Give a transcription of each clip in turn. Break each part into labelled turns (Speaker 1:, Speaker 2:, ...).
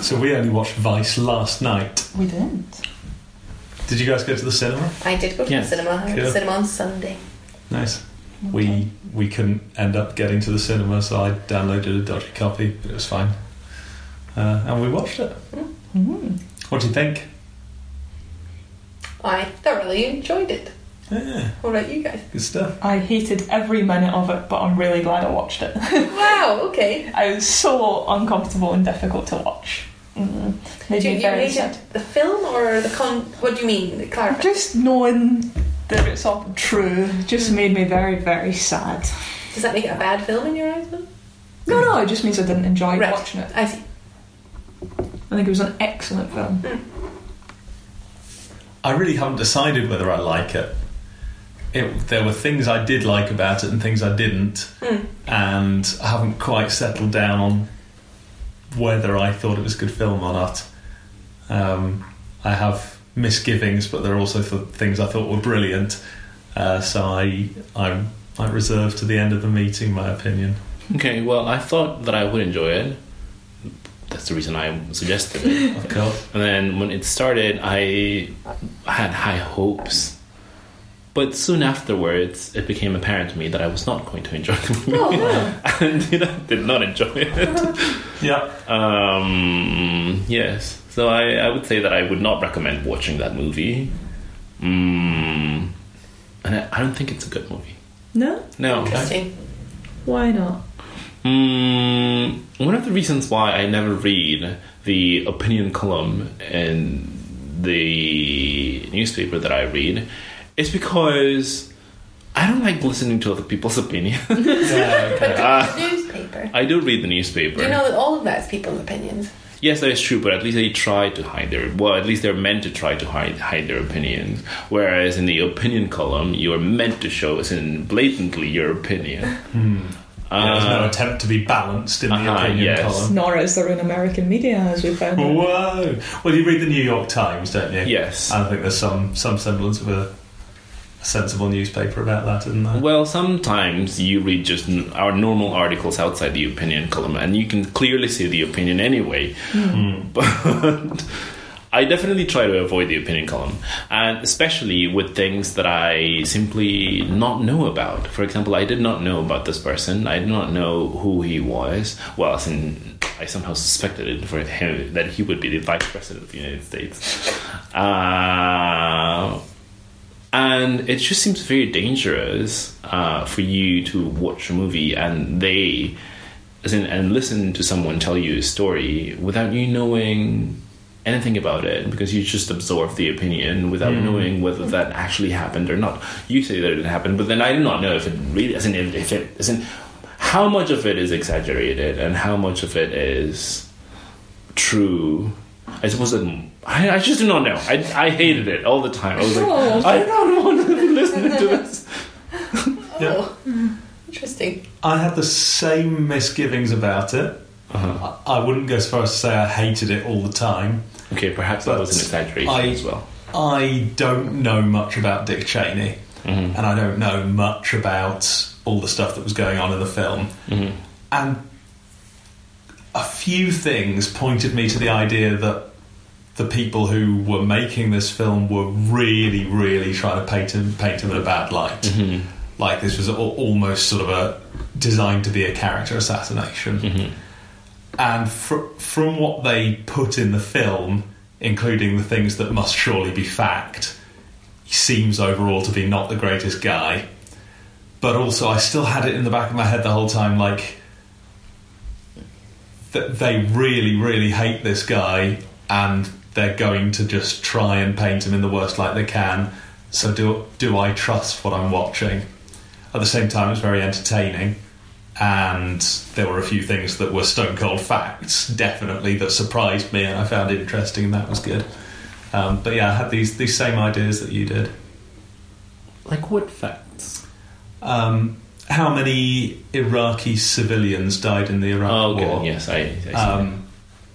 Speaker 1: So we only watched Vice last night.
Speaker 2: We didn't.
Speaker 1: Did you guys go to the cinema?
Speaker 3: I did go to
Speaker 4: Yeah.
Speaker 3: the cinema. I went to
Speaker 1: Yeah.
Speaker 3: the cinema on Sunday.
Speaker 1: Nice. We we couldn't end up getting to the cinema, so I downloaded a dodgy copy, but it was fine. Uh, and we watched it.
Speaker 2: Mm.
Speaker 1: What do you think?
Speaker 3: I thoroughly enjoyed it.
Speaker 1: Yeah,
Speaker 3: What about you guys?
Speaker 1: good stuff.
Speaker 2: I hated every minute of it, but I'm really glad I watched it.
Speaker 3: wow, okay.
Speaker 2: I was so uncomfortable and difficult to watch. Mm. Made
Speaker 3: Do you,
Speaker 2: me
Speaker 3: you
Speaker 2: very
Speaker 3: hated
Speaker 2: sad.
Speaker 3: the film or the con? What do you mean? Clarify.
Speaker 2: Just knowing that it's all true just made me very, very sad.
Speaker 3: Does that make it a bad film in your eyes? Though?
Speaker 2: No, no, it just means I didn't enjoy
Speaker 3: Right.
Speaker 2: watching it.
Speaker 3: I see.
Speaker 2: I think it was an excellent film.
Speaker 1: I really haven't decided whether I like it. it there were things I did like about it and things I didn't,
Speaker 3: Hmm.
Speaker 1: and I haven't quite settled down on whether I thought it was a good film or not. Um, I have misgivings, but there are also th- things I thought were brilliant. Uh, so I, I, I reserve to the end of the meeting my opinion.
Speaker 4: Okay, well, I thought that I would enjoy it. That's the reason I suggested it.
Speaker 1: Of course,
Speaker 4: And then when it started, I had high hopes. But soon afterwards, it became apparent to me that I was not going to enjoy the movie.
Speaker 3: Oh, no.
Speaker 4: and I did not enjoy it.
Speaker 1: yeah.
Speaker 4: Um, yes. So I, I would say that I would not recommend watching that movie. Mm. And I, I don't think it's a good movie.
Speaker 2: No?
Speaker 4: No.
Speaker 3: Interesting.
Speaker 2: Why not?
Speaker 4: Mm, one of the reasons why I never read the opinion column in the newspaper that I read is because I don't like listening to other people's opinion.
Speaker 1: Yeah,
Speaker 3: But
Speaker 1: okay.
Speaker 3: the
Speaker 4: Ah.
Speaker 3: newspaper.
Speaker 4: I do read the newspaper.
Speaker 3: Do you know that all of that's people's opinions?
Speaker 4: Yes, that is true, but at least they try to hide their well, at least they're meant to try to hide hide their opinions. Whereas in the opinion column, you are meant to show us in blatantly your opinion.
Speaker 1: Yeah, there's no
Speaker 4: Uh,
Speaker 1: attempt to be balanced in the
Speaker 4: uh-huh,
Speaker 1: opinion
Speaker 4: yes.
Speaker 1: column.
Speaker 2: Nor is there in American media, as we found out.
Speaker 1: Whoa! Well, you read the New York Times, don't you?
Speaker 4: yes.
Speaker 1: I think there's some some semblance of a, a sensible newspaper about that, isn't there?
Speaker 4: Well, sometimes you read just n- our normal articles outside the opinion column, and you can clearly see the opinion anyway. But I definitely try to avoid the opinion column, and especially with things that I simply not know about. For example, I did not know about this person. I did not know who he was. Well, as in, I somehow suspected it for him that he would be the vice president of the United States. Uh, and it just seems very dangerous uh, for you to watch a movie and they as in, and listen to someone tell you a story without you knowing anything about it because you just absorb the opinion without knowing whether that actually happened or not you say that it happened but then i do not know if it really as in if, if it as in how much of it is exaggerated and how much of it is true I suppose that I, I just do not know. I, I hated it all the time. I was like,
Speaker 2: Oh.
Speaker 4: I don't want to be listening to this.
Speaker 1: Yeah.
Speaker 3: Oh, interesting.
Speaker 1: I had the same misgivings about it.
Speaker 4: Uh-huh.
Speaker 1: I- I wouldn't go as far as to say I hated it all the time.
Speaker 4: Okay, perhaps that was an exaggeration
Speaker 1: I-
Speaker 4: as well.
Speaker 1: I don't know much about Dick Cheney, and I don't know much about all the stuff that was going on in the film. And a few things pointed me to the idea that the people who were making this film were really, really trying to paint him, paint him in a bad light. Like this was al- almost sort of a designed to be a character assassination. And fr- from what they put in the film, including the things that must surely be fact, he seems overall to be not the greatest guy. But also, I still had it in the back of my head the whole time like, that they really, really hate this guy and they're going to just try and paint him in the worst light they can. So, do, do I trust what I'm watching? At the same time, it's very entertaining and there were a few things that were stone cold facts, definitely that surprised me, and I found interesting, and that was good. Um, but yeah, I had these these same ideas that you did.
Speaker 4: Like what facts?
Speaker 1: Um, how many Iraqi civilians died in the Iraq
Speaker 4: Oh,
Speaker 1: War?
Speaker 4: good. Yes, I. I see
Speaker 1: Um,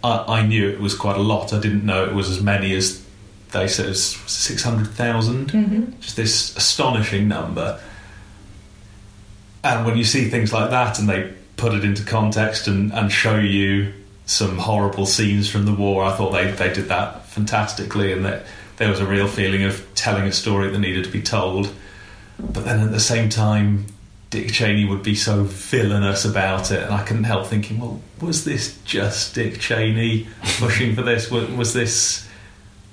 Speaker 1: I, I knew it was quite a lot. I didn't know it was as many as they said it was 600,000. Just this astonishing number. And when you see things like that and they put it into context and, and show you some horrible scenes from the war. I thought they, they did that fantastically, and that there was a real feeling of telling a story that needed to be told. But then at the same time, Dick Cheney would be so villainous about it, and I couldn't help thinking, well, was this just Dick Cheney pushing for this? Was, was this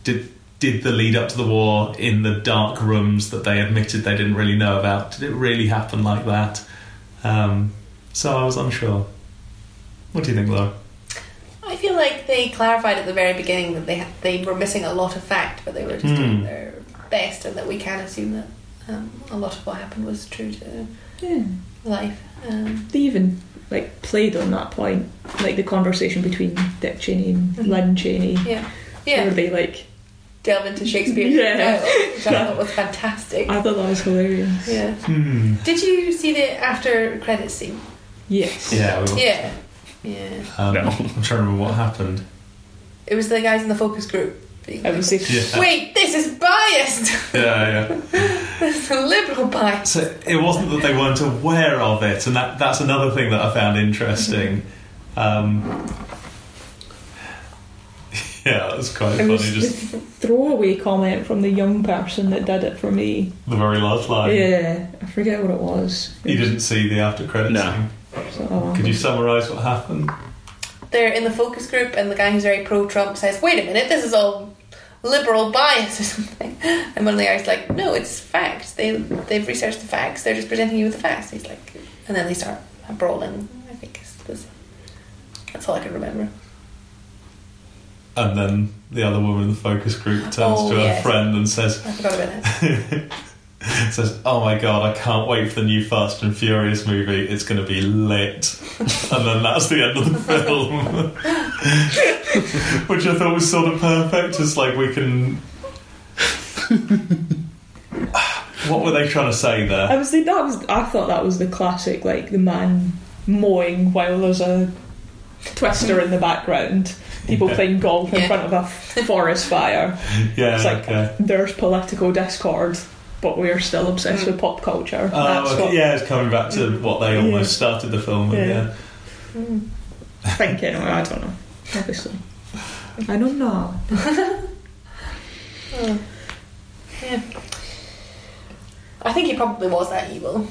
Speaker 1: did did the lead up to the war in the dark rooms that they admitted they didn't really know about? Did it really happen like that? Um, so I was unsure. What do you think, Laura?
Speaker 3: I feel like they clarified at the very beginning that they ha- they were missing a lot of fact, but they were just
Speaker 1: Hmm.
Speaker 3: doing their best, and that we can assume that um, a lot of what happened was true to
Speaker 2: Yeah.
Speaker 3: life. Um,
Speaker 2: They even like played on that point, like the conversation between Dick Cheney and
Speaker 3: Mhm.
Speaker 2: Lynn Cheney,
Speaker 3: yeah,
Speaker 2: where
Speaker 3: yeah.
Speaker 2: they like.
Speaker 3: Delve into Shakespeare.
Speaker 2: Yeah.
Speaker 3: which I thought was fantastic.
Speaker 2: I thought that was hilarious.
Speaker 3: Yeah.
Speaker 1: Hmm.
Speaker 3: Did you see the after credits scene?
Speaker 2: Yes.
Speaker 1: Yeah, we were,
Speaker 3: Yeah. Yeah.
Speaker 1: um,
Speaker 4: No.
Speaker 1: I'm trying to remember what happened.
Speaker 3: It was the guys in the focus group. being
Speaker 2: I
Speaker 3: like,
Speaker 2: would say.
Speaker 1: Yeah.
Speaker 3: Wait, this is biased.
Speaker 1: Yeah, yeah.
Speaker 3: this is a liberal bias.
Speaker 1: So it wasn't that they weren't aware of it, and that, that's another thing that I found interesting. Um, yeah, that's quite
Speaker 2: It
Speaker 1: funny.
Speaker 2: was
Speaker 1: Just
Speaker 2: the throwaway comment from the young person that did it for me.
Speaker 1: the very last line.
Speaker 2: yeah, I forget what it was.
Speaker 1: You didn't see the after credits.
Speaker 4: No.
Speaker 1: scene.
Speaker 2: So, uh,
Speaker 1: Could you summarise what happened?
Speaker 3: They're in the focus group, and the guy who's very pro Trump says, Wait a minute, this is all liberal bias or something. And one of the guys like, No, it's facts. They, they've researched the facts, they're just presenting you with the facts. He's like, And then they start brawling. I think is this. That's all I can remember.
Speaker 1: And then the other woman in the focus group turns
Speaker 3: Oh,
Speaker 1: to her
Speaker 3: yes.
Speaker 1: friend and says,
Speaker 3: I forgot about that.
Speaker 1: says, "Oh my god, I can't wait for the new Fast and Furious movie. It's going to be lit." and then that's the end of the film, which I thought was sort of perfect. It's like we can. what were they trying to say
Speaker 2: I
Speaker 1: there?
Speaker 2: was like, that was. I thought that was the classic, like the man mowing while there's a twister in the background. People
Speaker 1: Yeah.
Speaker 2: playing golf in
Speaker 3: Yeah.
Speaker 2: front of a forest fire.
Speaker 1: Yeah,
Speaker 2: It's like
Speaker 1: okay.
Speaker 2: there's political discord, but we are still obsessed with pop culture. That's
Speaker 1: Oh, okay,
Speaker 2: what
Speaker 1: yeah, it's coming back to what they
Speaker 2: Yeah.
Speaker 1: almost started the film with.
Speaker 2: Yeah.
Speaker 1: Yeah.
Speaker 3: Hmm.
Speaker 2: I'm thinking. or I don't know. Obviously, I don't know.
Speaker 3: Oh. Yeah. I think he probably was that evil.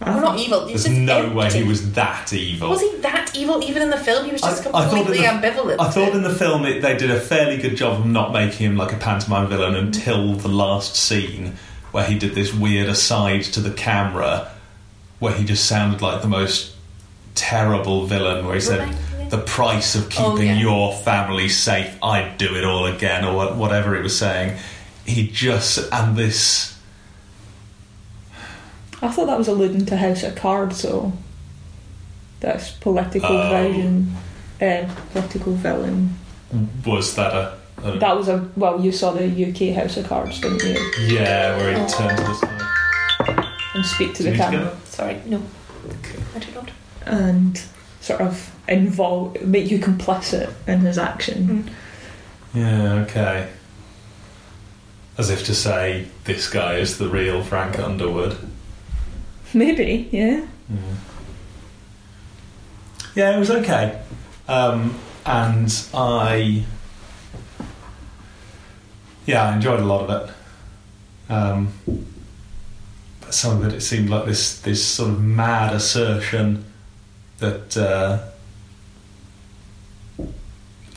Speaker 2: I
Speaker 3: Well, not evil. He's
Speaker 1: Ah. There's
Speaker 3: just
Speaker 1: no
Speaker 3: empty.
Speaker 1: way he was that evil.
Speaker 3: Was he that evil even in the film? He was just
Speaker 1: I- I thought
Speaker 3: completely
Speaker 1: in
Speaker 3: ambivalent.
Speaker 1: I thought in the film it, they did a fairly good job of not making him like a pantomime villain until the last scene where he did this weird aside to the camera where he just sounded like the most terrible villain where he said the price of keeping
Speaker 3: Oh, yeah.
Speaker 1: your family safe I'd do it all again or wha- whatever he was saying he just and this
Speaker 2: e- I thought that was alluding to House of Cards, though. That's political
Speaker 1: Oh.
Speaker 2: version, um, political villain.
Speaker 1: was that uh, a, a
Speaker 2: That was a well. You saw the UK House of Cards, didn't you?
Speaker 1: yeah where he turned to the side
Speaker 2: And speak to
Speaker 1: Do you
Speaker 2: the
Speaker 1: need to
Speaker 2: camera
Speaker 3: Sorry, no. I do not.
Speaker 2: and sort of involve, make you complicit in his action.
Speaker 1: Yeah, okay. As if to say, this guy is the real Frank Underwood.
Speaker 2: Maybe, yeah.
Speaker 1: Yeah, it was okay. Um, and I. Yeah, I enjoyed a lot of it. Um, but some of it, it seemed like this, this sort of mad assertion that. Uh,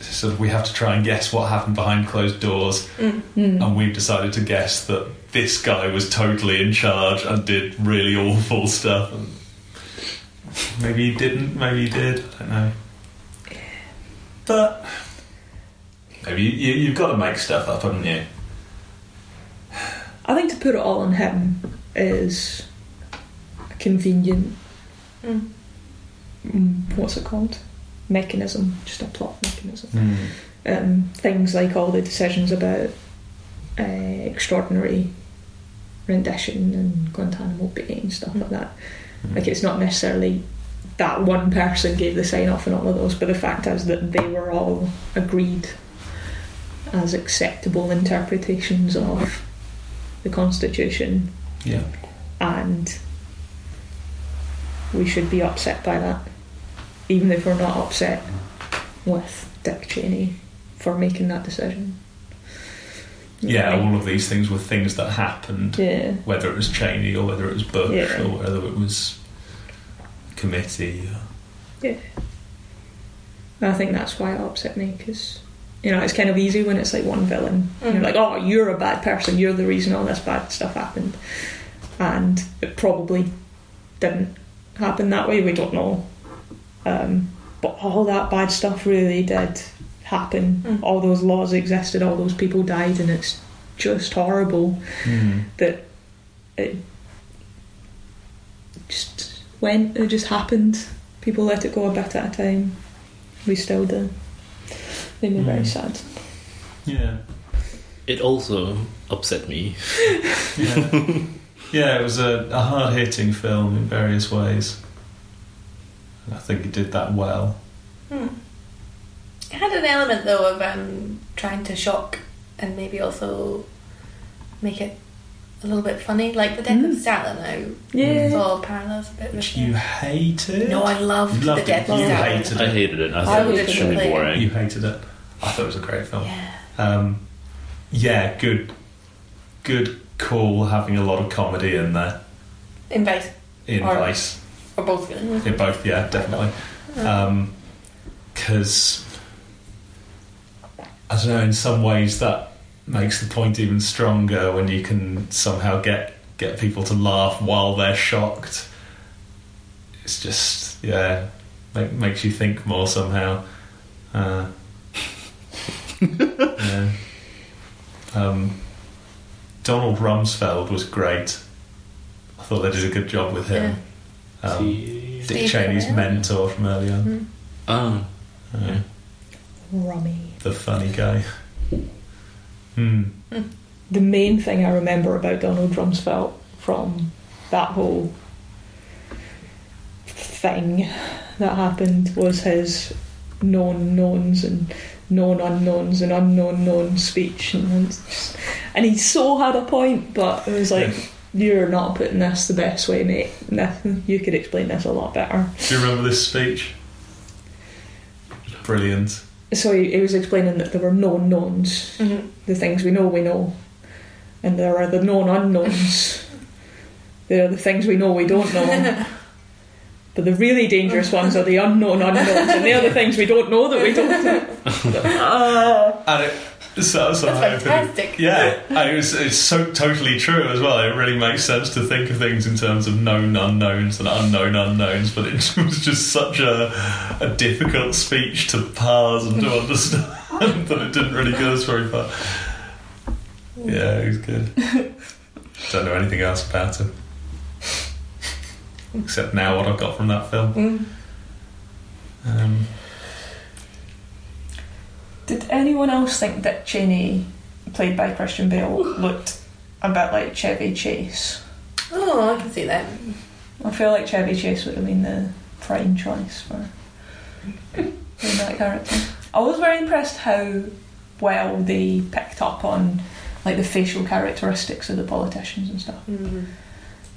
Speaker 1: sort of we have to try and guess what happened behind closed doors
Speaker 2: Mm.
Speaker 1: and we've decided to guess that this guy was totally in charge and did really awful stuff. And maybe he didn't, maybe he did, I don't know. But maybe you, you, you've got to make stuff up, haven't you?
Speaker 2: I think to put it all on him is a convenient.
Speaker 3: Mm.
Speaker 2: mm, What's it called? Mechanism, just a plot mechanism. um, things like all the decisions about uh, extraordinary rendition and Guantanamo Bay and stuff
Speaker 1: Mm-hmm.
Speaker 2: like that. Like it's not necessarily that one person gave the sign off on all of those, but the fact is that they were all agreed as acceptable interpretations of the Constitution,
Speaker 1: Yeah.
Speaker 2: and we should be upset by that, even if we're not upset with Dick Cheney for making that decision. You know
Speaker 1: Yeah,
Speaker 2: what I mean?
Speaker 1: all of these things were things that happened,
Speaker 2: yeah,
Speaker 1: whether it was Cheney or whether it was Bush
Speaker 2: Yeah.
Speaker 1: or whether it was committee.
Speaker 2: And I think that's why it upset me because you know it's kind of easy when it's like one villain. You're
Speaker 3: Mhm.
Speaker 2: like, oh, you're a bad person. You're the reason all this bad stuff happened, and it probably didn't happen that way. We don't know, um, but all that bad stuff really did happen.
Speaker 3: Mm.
Speaker 2: All those laws existed. All those people died, and it's just horrible that it just went, it just happened. People let it go a bit at a time. We still do. Made me very
Speaker 1: Mm.
Speaker 2: sad.
Speaker 1: Yeah.
Speaker 4: It also upset me.
Speaker 1: Yeah. yeah, it was a, a hard hitting film in various ways. And I think it did that well.
Speaker 3: Hmm. It had an element though of um, trying to shock and maybe also make it a little bit funny, like the death of
Speaker 2: Mm.
Speaker 3: Stalin. I
Speaker 2: Yeah.
Speaker 3: saw parallels a bit
Speaker 1: Which
Speaker 3: with
Speaker 1: you
Speaker 3: it.
Speaker 1: hated?
Speaker 3: No, I loved,
Speaker 1: You loved
Speaker 3: the
Speaker 1: it.
Speaker 3: death of
Speaker 2: You
Speaker 3: Stalin.
Speaker 1: hated
Speaker 4: I hated it. I
Speaker 2: I
Speaker 4: thought it was
Speaker 2: hated
Speaker 4: extremely
Speaker 3: it.
Speaker 4: boring.
Speaker 1: You hated it. I thought it was a great film.
Speaker 3: Yeah.
Speaker 1: Um, yeah, good, good call having a lot of comedy in there
Speaker 3: In both.
Speaker 1: in
Speaker 3: Or-
Speaker 1: Vice.
Speaker 3: Or both really.
Speaker 1: In both, yeah, definitely. Um, Because I don't know, in some ways that makes the point even stronger when you can somehow get get people to laugh while they're shocked. It's just yeah, make, makes you think more somehow. Uh, yeah. um, Donald Rumsfeld was great. I thought they did a good job with him. Um,
Speaker 4: See?
Speaker 1: Dick
Speaker 3: Steve
Speaker 1: Cheney's
Speaker 3: Carell.
Speaker 1: mentor from earlier,
Speaker 3: Mm.
Speaker 4: Oh,
Speaker 1: uh,
Speaker 2: Rummy.
Speaker 1: the funny guy. Hmm.
Speaker 2: The main thing I remember about Donald Rumsfeld from that whole thing that happened was his known knowns and known unknowns and unknown known speech and it's just- and he so had a point but it was like you're not putting this the best way mate Nothing- you could explain this a lot better
Speaker 1: Do you remember this speech? Brilliant.
Speaker 2: so he, he was explaining that there were known knowns
Speaker 3: Mhm.
Speaker 2: the things we know we know and there are the known unknowns there are the things we know we don't know but the really dangerous ones are the unknown unknowns and they're the things we don't know that we don't know Ah.
Speaker 1: And it so, so
Speaker 3: That's
Speaker 1: I opened-
Speaker 3: fantastic.
Speaker 1: Yeah, and it was it's so totally true as well. It really makes sense to think of things in terms of known unknowns and unknown unknowns, but it was just such a, a difficult speech to parse and to understand that it didn't really go us very far.
Speaker 3: Mm.
Speaker 1: Yeah, it was good. Don't know anything else about him. Except now what I've got from that film.
Speaker 3: Mm.
Speaker 1: Um,
Speaker 2: did anyone else think that Cheney played by Christian Bale looked a bit like Chevy Chase
Speaker 3: Oh, I can see that.
Speaker 2: I feel like Chevy Chase would have been the prime choice for for that character. I was very impressed how well they picked up on like the facial characteristics of the politicians and stuff.
Speaker 3: Mm.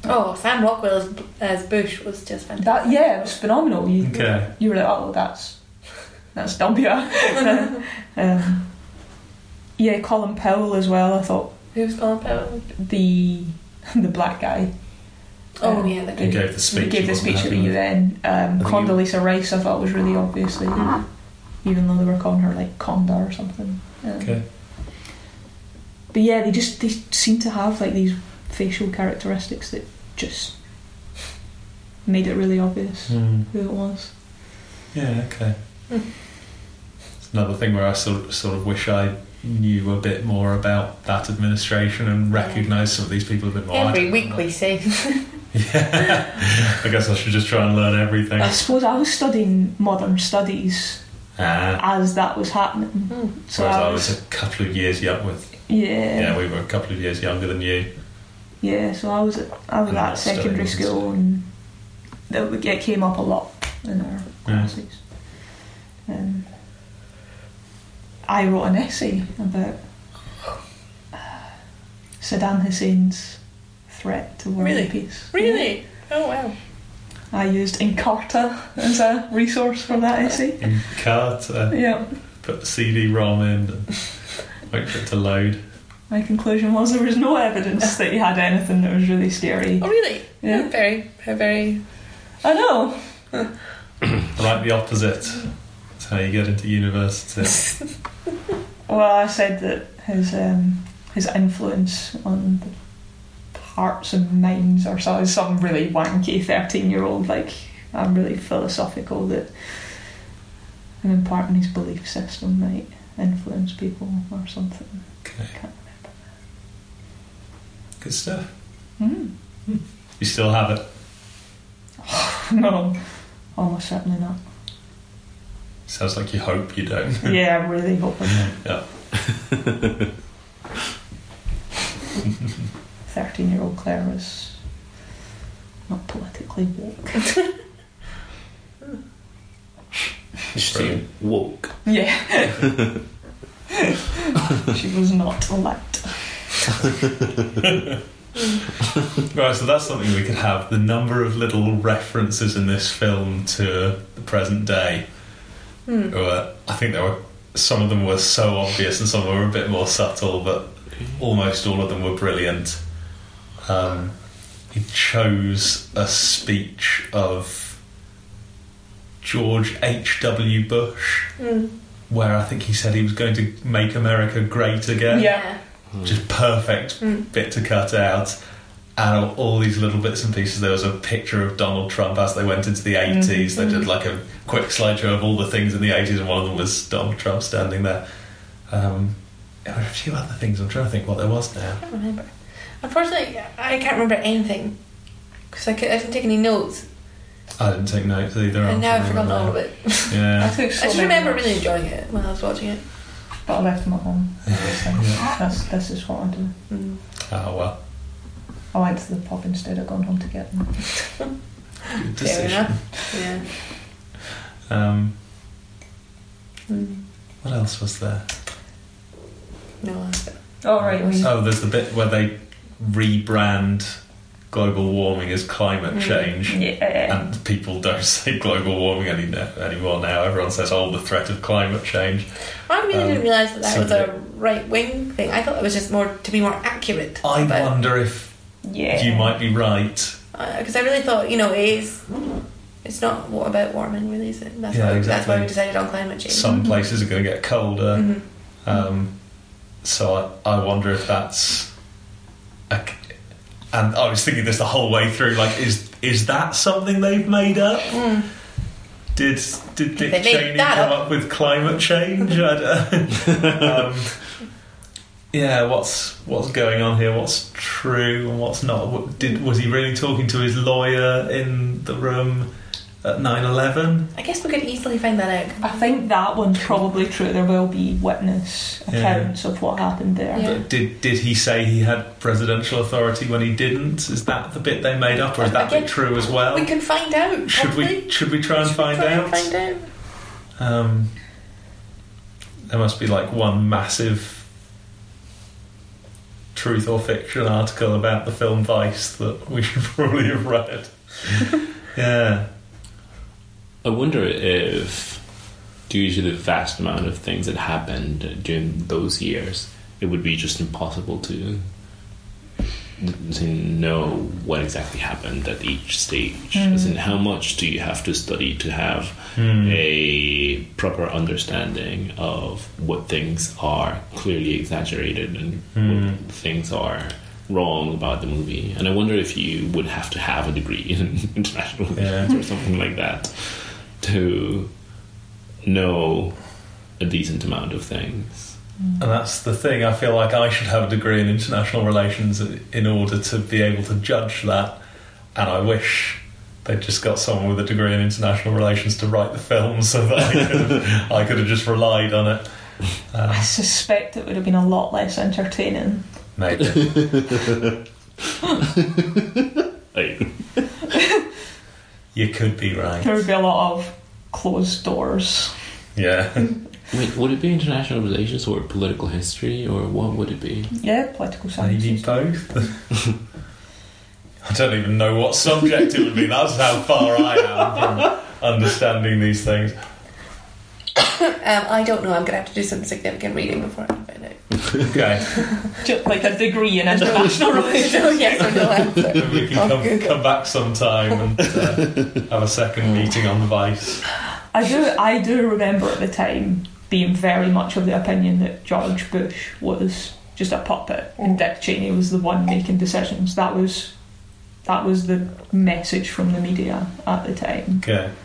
Speaker 3: Oh, Sam Rockwell as, as Bush was just fantastic.
Speaker 2: That yeah, it was phenomenal. You
Speaker 1: okay.
Speaker 2: you were like, oh, that's that's W. um, yeah, Colin Powell as well. I thought
Speaker 3: Who was Colin Powell?
Speaker 2: the the black guy.
Speaker 3: Oh,
Speaker 2: Um,
Speaker 3: yeah, the
Speaker 1: He gave the
Speaker 2: He
Speaker 1: speech.
Speaker 2: gave
Speaker 1: he
Speaker 2: the
Speaker 1: wasn't
Speaker 2: speech at the
Speaker 1: happy with it.
Speaker 2: UN. Um,
Speaker 4: you-
Speaker 2: Condoleezza Rice, I thought was really obviously, even though they were calling her like Conda or something. Um,
Speaker 1: Okay.
Speaker 2: But yeah, they just they seem to have like these facial characteristics that just made it really obvious
Speaker 1: Hmm.
Speaker 2: who it was.
Speaker 1: Yeah, okay.
Speaker 3: Mm.
Speaker 1: It's another thing where I sort sort of wish I knew a bit more about that administration and recognised some of these people a bit more. I
Speaker 3: Every
Speaker 1: don't
Speaker 3: week
Speaker 1: know.
Speaker 3: we see.
Speaker 1: Yeah. I guess I should just try and learn everything.
Speaker 2: I suppose I was studying modern studies
Speaker 1: Ah,
Speaker 2: as that was happening.
Speaker 3: Mm.
Speaker 2: So
Speaker 1: whereas
Speaker 2: I
Speaker 1: I
Speaker 2: was,
Speaker 1: was a couple of years young with.
Speaker 2: yeah,
Speaker 1: Yeah, we were a couple of years younger than you.
Speaker 2: Yeah, so I was at, I was
Speaker 1: And
Speaker 2: at
Speaker 1: that's
Speaker 2: secondary
Speaker 1: studying,
Speaker 2: school and that would- it came up a lot in our classes. Um, I wrote an essay about uh, Saddam Hussein's threat to world
Speaker 3: Really?
Speaker 2: peace.
Speaker 3: Really? Oh, wow.
Speaker 2: I used Encarta as a resource for that essay.
Speaker 1: In Carter,
Speaker 2: Yeah,
Speaker 1: put the CD-ROM in, and wait for it to load.
Speaker 2: my conclusion was there was no evidence that he had anything that was really scary.
Speaker 3: Oh, really?
Speaker 2: Yeah.
Speaker 3: Oh, Very, very.
Speaker 2: I know.
Speaker 1: I like the opposite. That's how you get into university.
Speaker 2: Well, I said that his um, his influence on the hearts and minds, or so, some really wanky thirteen year old. Like I'm really philosophical that I'm imparting his belief system might influence people or something.
Speaker 1: Okay,
Speaker 2: Can't
Speaker 1: good stuff.
Speaker 2: remember.
Speaker 1: You still have it.
Speaker 2: Hmm. no, almost certainly not.
Speaker 1: Sounds like you hope you don't.
Speaker 2: yeah, I really hope I'm not.
Speaker 1: Yeah.
Speaker 2: Thirteen-year-old Claire was not politically woke.
Speaker 4: Interesting. Woke.
Speaker 2: Yeah. she was not elect.
Speaker 3: Mm.
Speaker 1: Right, so that's something we could have. The number of little references in this film to the present day.
Speaker 3: Hmm.
Speaker 1: Were, I think there were some of them were so obvious and some of them were a bit more subtle, but almost all of them were brilliant. Um, he chose a speech of George H.W. Bush,
Speaker 3: Mm.
Speaker 1: where I think he said he was going to make America great again
Speaker 2: Yeah.
Speaker 1: just perfect
Speaker 3: Mm.
Speaker 1: bit to cut out. And of all these little bits and pieces, there was a picture of Donald Trump as they went into the
Speaker 3: Mm.
Speaker 1: 80s. They did like a quick slideshow of all the things in the 80s, and one of them was Donald Trump standing there. Um, there were a few other things. I'm trying to think what there was now.
Speaker 3: I can't remember. Unfortunately, I can't remember anything because I, cou- I didn't take any notes,
Speaker 1: I didn't take notes either.
Speaker 3: and now I've
Speaker 1: I'm
Speaker 3: forgotten
Speaker 1: sure
Speaker 3: all of it.
Speaker 2: I
Speaker 1: Yeah.
Speaker 2: took so
Speaker 3: I just
Speaker 2: many
Speaker 3: remember
Speaker 2: notes,
Speaker 3: really enjoying it when I was watching it.
Speaker 2: But I left my home.
Speaker 1: yeah.
Speaker 2: That's, this is what I do.
Speaker 3: Mm.
Speaker 1: Oh, well.
Speaker 2: I went to the pub instead of going home to get them.
Speaker 1: Good
Speaker 3: Fair
Speaker 1: decision.
Speaker 3: enough. Yeah.
Speaker 1: Um,
Speaker 3: Mm.
Speaker 1: what else was there?
Speaker 3: No. uh, I-
Speaker 2: Oh, right. We,
Speaker 1: Oh, there's the bit where they rebrand global warming as climate
Speaker 3: Mm.
Speaker 1: change.
Speaker 2: yeah.
Speaker 1: And people don't say global warming any, anymore now. Everyone says, oh, the threat of climate change.
Speaker 3: I really
Speaker 1: Um,
Speaker 3: didn't realise that that was
Speaker 1: so-
Speaker 3: a right wing thing. I thought it was just more to be more accurate.
Speaker 1: I
Speaker 3: about-
Speaker 1: wonder if
Speaker 2: Yeah.
Speaker 1: you might be right.
Speaker 3: because uh, I really thought you know it is. It's not what about warming, really, is it? That's,
Speaker 1: Yeah,
Speaker 3: why, that's
Speaker 1: exactly.
Speaker 3: why we decided on climate change.
Speaker 1: Some uh, places are going to get colder.
Speaker 3: Mhm.
Speaker 1: Um, so I, I wonder if that's. A, and I was thinking this the whole way through. Like, is is that something they've made up?
Speaker 3: Mm.
Speaker 1: Did did Dick
Speaker 3: they made
Speaker 1: Cheney
Speaker 3: that
Speaker 1: come
Speaker 3: up-
Speaker 1: up with climate change? I don't- um, yeah, what's what's going on here? What's true and what's not? What, did was he really talking to his lawyer in the room at 9-11?
Speaker 3: I guess we could easily find that out.
Speaker 2: I think that one's probably true. There will be witness
Speaker 1: Yeah.
Speaker 2: accounts of what happened there.
Speaker 3: Yeah.
Speaker 1: But did did he say he had presidential authority when he didn't? Is that the bit they made up, or is that
Speaker 3: Again,
Speaker 1: bit true as well?
Speaker 3: We can find out.
Speaker 1: should
Speaker 3: probably.
Speaker 1: we should we try and
Speaker 3: Should we
Speaker 1: find
Speaker 3: try
Speaker 1: out?
Speaker 3: and Find out.
Speaker 1: Um, there must be like one massive truth or fiction article about the film Vice that we should probably have read. yeah.
Speaker 4: I wonder if, due to the vast amount of things that happened during those years, it would be just impossible to to know what exactly happened at each stage. As in, how much do you have to study to have a proper understanding of what things are clearly exaggerated and what things are wrong about the movie? And I wonder if you would have to have a degree in international
Speaker 1: Yeah.
Speaker 4: relations or something like that to know a decent amount of things.
Speaker 1: And that's the thing. I feel like I should have a degree in international relations in order to be able to judge that. And I wish they'd just got someone with a degree in international relations to write the film so that I could have, I could have just relied on it.
Speaker 2: I suspect it would have been a lot less entertaining.
Speaker 1: Maybe.
Speaker 4: Like,
Speaker 1: you could be right.
Speaker 2: There would be a lot of closed doors.
Speaker 1: Yeah.
Speaker 4: wait, would it be international relations or political history or what would it be?
Speaker 2: Yeah, political science.
Speaker 1: Maybe both. I don't even know what subject it would be. That's how far I am from understanding these things.
Speaker 3: Um, I don't know. I'm gonna have to do some significant reading before I can find out.
Speaker 1: Okay,
Speaker 2: Just like a degree in international relations.
Speaker 3: no yes or no answer.
Speaker 1: Maybe we can
Speaker 3: Oh,
Speaker 1: come,
Speaker 3: good.
Speaker 1: come back sometime and uh, have a second meeting on Vice.
Speaker 2: I do. I do remember at the time being very much of the opinion that George Bush was just a puppet and Dick Cheney was the one making decisions. That was that was the message from the media at the time.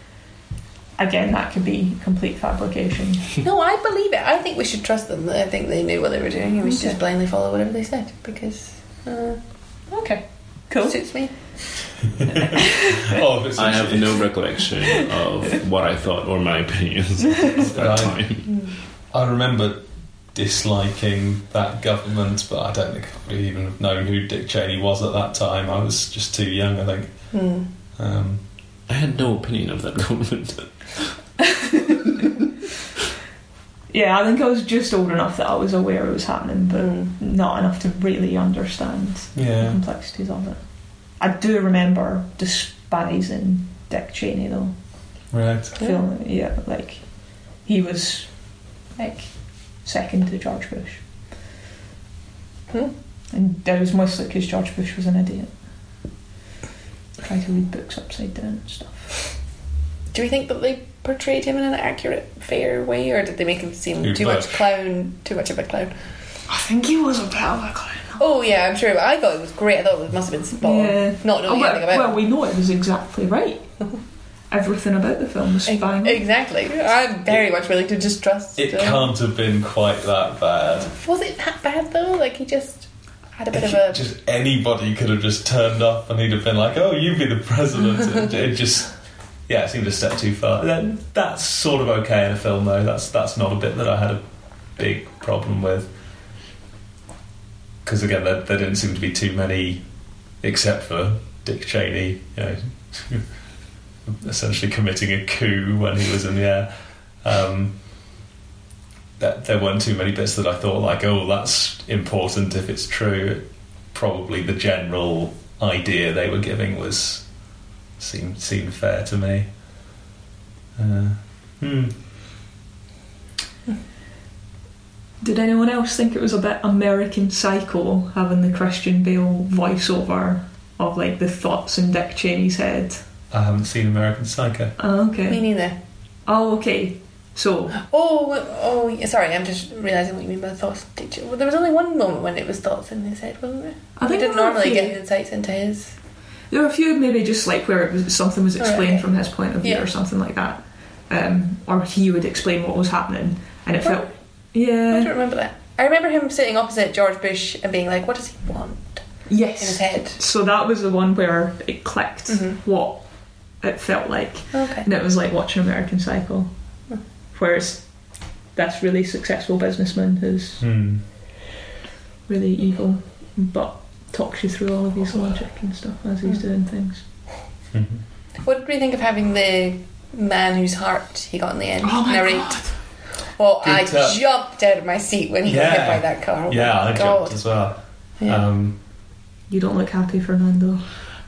Speaker 1: Okay,
Speaker 2: Again, that could be complete fabrication.
Speaker 3: No, I believe it. I think we should trust them. I think they knew what they were doing, and we should just blindly follow whatever they said because uh,
Speaker 2: Okay,
Speaker 3: it
Speaker 2: cool.
Speaker 3: suits me.
Speaker 1: oh, if it's
Speaker 4: I have
Speaker 1: it's-
Speaker 4: no recollection of what I thought or my opinions at that
Speaker 1: I,
Speaker 4: time.
Speaker 3: Hmm.
Speaker 1: I remember disliking that government, but I don't think I would even have known who Dick Cheney was at that time. I was just too young, I think.
Speaker 3: Hmm.
Speaker 1: Um,
Speaker 4: I had no opinion of that government.
Speaker 2: Yeah, I think I was just old enough that I was aware it was happening, but
Speaker 3: Mm.
Speaker 2: not enough to really understand the
Speaker 1: yeah,
Speaker 2: complexities of it. I do remember despising Dick Cheney though.
Speaker 1: right.
Speaker 3: Yeah.
Speaker 2: film. Yeah, like he was like second to George Bush,
Speaker 3: Hmm.
Speaker 2: and that was mostly because George Bush was an idiot. Try to read books upside down and stuff.
Speaker 3: Do we think that they portrayed him in an accurate, fair way, or did they make him seem
Speaker 1: Who,
Speaker 3: too much
Speaker 1: Bush?
Speaker 3: clown, too much of a clown?
Speaker 2: I think he was a power clown.
Speaker 3: Oh yeah, I'm sure. I thought it was great. I thought it must have been spot on.
Speaker 2: Yeah. Oh,
Speaker 3: Not knowing
Speaker 2: well,
Speaker 3: anything about
Speaker 2: well, we know it was exactly right. Everything about the film was
Speaker 3: it.
Speaker 2: fine.
Speaker 3: Exactly. I'm very much willing to just trust.
Speaker 1: It
Speaker 3: uh,
Speaker 1: can't have been quite that bad.
Speaker 3: Was it that bad though? Like he just had a bit of
Speaker 1: If
Speaker 3: a.
Speaker 1: just anybody could have just turned up and he'd have been like, "Oh, you be the president." it, it just, yeah, it seemed a step too far. That, that's sort of okay in a film, though. That's that's not a bit that I had a big problem with. Because again, there, there didn't seem to be too many, except for Dick Cheney, you know, essentially committing a coup when he was in the air. Um, that there weren't too many bits that I thought like, oh, that's important if it's true. Probably the general idea they were giving was seemed seemed fair to me. Uh, hmm.
Speaker 2: Did anyone else think it was a bit American Psycho having the Christian Bale voiceover of like the thoughts in Dick Cheney's head?
Speaker 1: I haven't seen American Psycho.
Speaker 2: Oh, okay.
Speaker 3: Me neither.
Speaker 2: Oh, okay. So,
Speaker 3: Oh, well, oh, yeah, sorry. I'm just realizing what you mean by thoughts. Did you, well, there was only one moment when it was thoughts in his head, wasn't there?
Speaker 2: I
Speaker 3: we
Speaker 2: think
Speaker 3: didn't
Speaker 2: there were a
Speaker 3: normally
Speaker 2: few.
Speaker 3: get insights into his.
Speaker 2: there were a few maybe just like where it was, something was explained
Speaker 3: Alright.
Speaker 2: from his point of view
Speaker 3: Oh, Yeah.
Speaker 2: or something like that, um, or he would explain what was happening, and it felt
Speaker 3: I
Speaker 2: yeah,
Speaker 3: don't remember that. I remember him sitting opposite George Bush and being like, "What does he want?" in his
Speaker 2: yes.
Speaker 3: head.
Speaker 2: So that was the one where it clicked
Speaker 3: Mhm.
Speaker 2: what it felt like,
Speaker 3: Okay.
Speaker 2: and it was like watching American Psycho,
Speaker 3: Hmm.
Speaker 2: whereas that's really successful businessman who's
Speaker 1: Hmm.
Speaker 2: really evil, but talks you through all of his logic and stuff as he's
Speaker 3: Oh, Hmm.
Speaker 2: doing things.
Speaker 3: What did we think of having the man whose heart he got in the end
Speaker 2: Oh my
Speaker 3: narrate?
Speaker 2: God.
Speaker 3: Well,
Speaker 1: Good
Speaker 3: I
Speaker 1: touch.
Speaker 3: jumped out of my seat when he
Speaker 1: Yeah.
Speaker 3: got hit by that car. Oh
Speaker 1: yeah,
Speaker 3: my
Speaker 1: I
Speaker 3: God.
Speaker 1: jumped as well.
Speaker 3: Yeah.
Speaker 1: Um,
Speaker 2: You don't look happy, Fernando.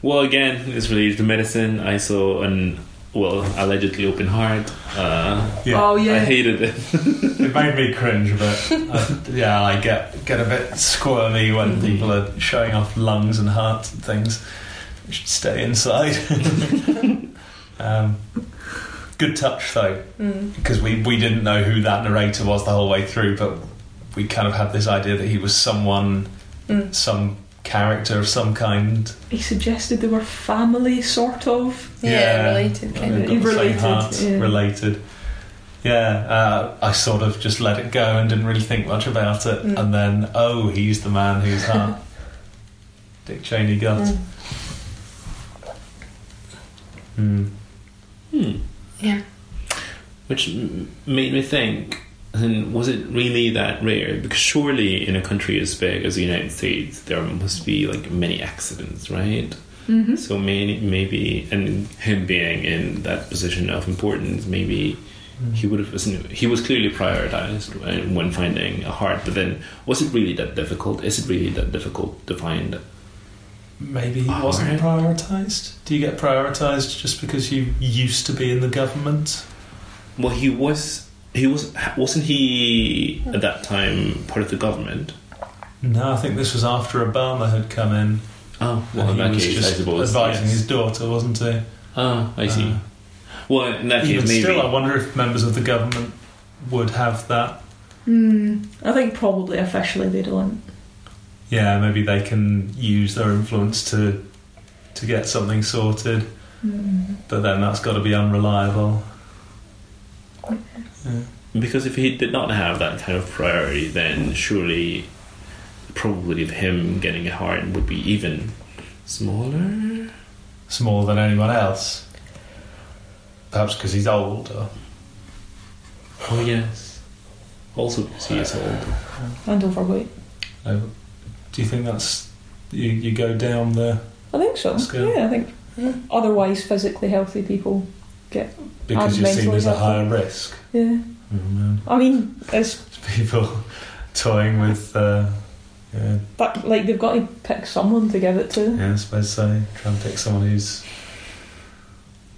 Speaker 4: Well, again, it's related to medicine. I saw an, well, allegedly open heart. Uh,
Speaker 1: yeah,
Speaker 2: Oh
Speaker 4: I
Speaker 2: yeah.
Speaker 4: hated it.
Speaker 1: it made me cringe a bit. I, yeah, I get get a bit squirmy when people are showing off lungs and hearts and things. We should stay inside. um, good touch though.
Speaker 3: Mm.
Speaker 1: because we, we didn't know who that narrator was the whole way through, but we kind of had this idea that he was someone,
Speaker 3: Mm.
Speaker 1: some character of some kind.
Speaker 2: He suggested they were family, sort of.
Speaker 3: Yeah,
Speaker 1: Yeah.
Speaker 3: related. Kind
Speaker 1: They've got
Speaker 3: of.
Speaker 1: the same
Speaker 2: Related,
Speaker 1: heart,
Speaker 2: yeah.
Speaker 1: related. Yeah, uh, I sort of just let it go and didn't really think much about it.
Speaker 3: Mm.
Speaker 1: And then, oh, he's the man whose heart Dick Cheney got.
Speaker 3: Mm.
Speaker 1: Hmm.
Speaker 4: Hmm.
Speaker 3: Yeah.
Speaker 4: Which m- made me think, and was it really that rare? Because surely in a country as big as the United States, there must be like many accidents, right?
Speaker 2: Mm-hmm.
Speaker 4: So maybe, maybe, and him being in that position of importance, maybe he would have. He was clearly prioritized when- when finding a heart. But then, was it really that difficult? Is it really that difficult to find
Speaker 1: maybe he
Speaker 4: Oh,
Speaker 1: wasn't
Speaker 4: right.
Speaker 1: prioritised? Do you get prioritised just because you used to be in the government?
Speaker 4: Well, he was. He was. Wasn't he at that time part of the government?
Speaker 1: No, I think this was after Obama had come in.
Speaker 4: Oh,
Speaker 1: and
Speaker 4: well, in
Speaker 1: he
Speaker 4: that
Speaker 1: was
Speaker 4: case, I
Speaker 1: just
Speaker 4: suppose.
Speaker 1: advising
Speaker 4: yes.
Speaker 1: his daughter, wasn't he?
Speaker 4: Oh, I see.
Speaker 1: Uh,
Speaker 4: well, in that
Speaker 1: Even
Speaker 4: case, maybe.
Speaker 1: still, uh, I wonder if members of the government would have that.
Speaker 2: Hmm. I think probably officially they don't.
Speaker 1: Yeah, maybe they can use their influence to to get something sorted,
Speaker 2: Hmm.
Speaker 1: but then that's got to be unreliable.
Speaker 4: Because if he did not have that kind of priority, then surely the probability of him getting a heart would be even smaller.
Speaker 1: Smaller than anyone else, perhaps because he's older.
Speaker 4: Oh, yes. Also, because he is old.
Speaker 2: And overweight.
Speaker 1: Uh, Do you think that's you? You go down the
Speaker 2: I think so.
Speaker 1: That's good.
Speaker 2: Yeah, I think
Speaker 4: Yeah.
Speaker 2: otherwise physically healthy people.
Speaker 1: because you're seen
Speaker 2: mentally
Speaker 1: as a
Speaker 2: healthy.
Speaker 1: higher risk.
Speaker 2: Yeah.
Speaker 1: Oh, man.
Speaker 2: I mean, it's
Speaker 1: It's People toying with. Uh, yeah,
Speaker 2: but like they've got to pick someone to give it to.
Speaker 1: Yeah, I suppose so. Try and pick someone who's